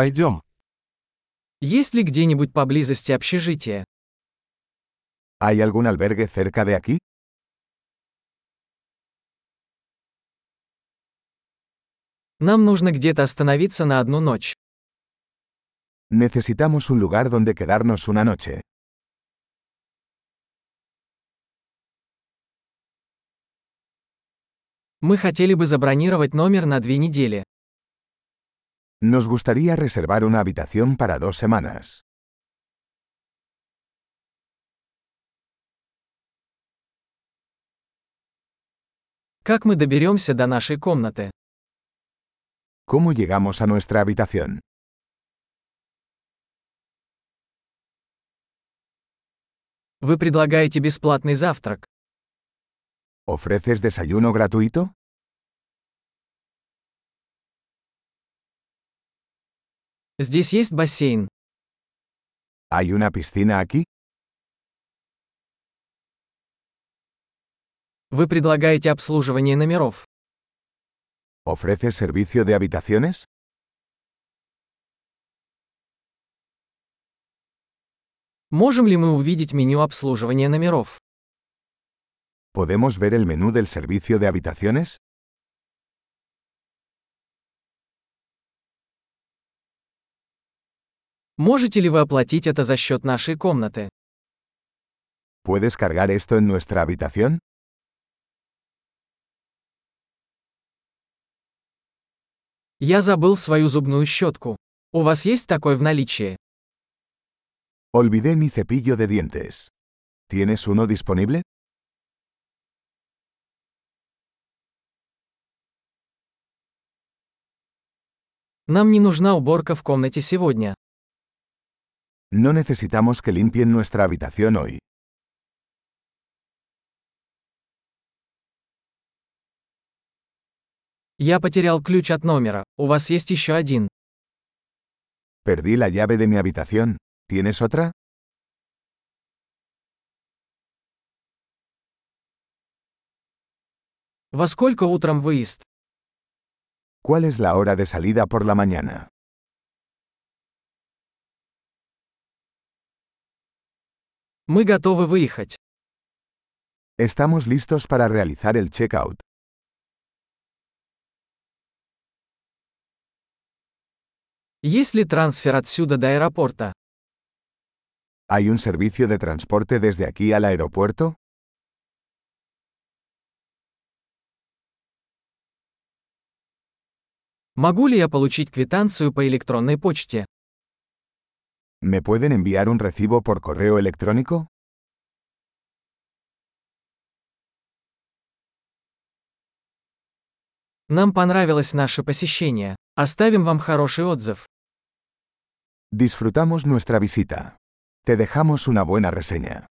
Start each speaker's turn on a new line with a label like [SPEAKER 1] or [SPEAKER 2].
[SPEAKER 1] Пойдем.
[SPEAKER 2] Есть ли где-нибудь поблизости общежитие?
[SPEAKER 3] ¿Hay algún albergue cerca de aquí?
[SPEAKER 2] Нам нужно где-то остановиться на одну ночь.
[SPEAKER 3] Necesitamos un lugar donde quedarnos una noche.
[SPEAKER 2] Мы хотели бы забронировать номер на две недели.
[SPEAKER 3] Nos gustaría reservar una habitación para dos semanas.
[SPEAKER 2] Как мы доберемся до нашей комнаты?
[SPEAKER 3] ¿Cómo llegamos a nuestra habitación?
[SPEAKER 2] Вы предлагаете бесплатный завтрак.
[SPEAKER 3] ¿Ofreces desayuno gratuito?
[SPEAKER 2] Здесь есть бассейн.
[SPEAKER 3] ¿Hay una piscina aquí?
[SPEAKER 2] Вы предлагаете обслуживание номеров.
[SPEAKER 3] ¿Ofreces servicio de habitaciones?
[SPEAKER 2] Можем ли мы увидеть меню обслуживания номеров?
[SPEAKER 3] ¿Podemos ver el menú del servicio de habitaciones?
[SPEAKER 2] Можете ли вы оплатить это за счет нашей комнаты?
[SPEAKER 3] ¿Puedes cargar esto en nuestra habitación?
[SPEAKER 2] Я забыл свою зубную щетку. У вас есть такой в наличии?
[SPEAKER 3] Olvidé mi cepillo de dientes. ¿Tienes uno disponible?
[SPEAKER 2] Нам не нужна уборка в комнате сегодня.
[SPEAKER 3] No necesitamos que limpien nuestra habitación hoy.
[SPEAKER 2] Я потерял ключ от номера. У вас есть еще один.
[SPEAKER 3] Perdí la llave de mi habitación. ¿Tienes otra?
[SPEAKER 2] Во сколько утром выезд?
[SPEAKER 3] ¿Cuál es la hora de salida por la mañana?
[SPEAKER 2] Мы готовы выехать.
[SPEAKER 3] Estamos listos para realizar el checkout.
[SPEAKER 2] Есть ли трансфер отсюда до аэропорта?
[SPEAKER 3] ¿Hay un servicio de transporte desde aquí al aeropuerto?
[SPEAKER 2] Могу ли я получить квитанцию по электронной почте?
[SPEAKER 3] ¿Me pueden enviar un recibo por correo electrónico?
[SPEAKER 2] Нам понравилось наше посещение. Оставим вам хороший отзыв.
[SPEAKER 3] Disfrutamos nuestra visita. Te dejamos una buena reseña.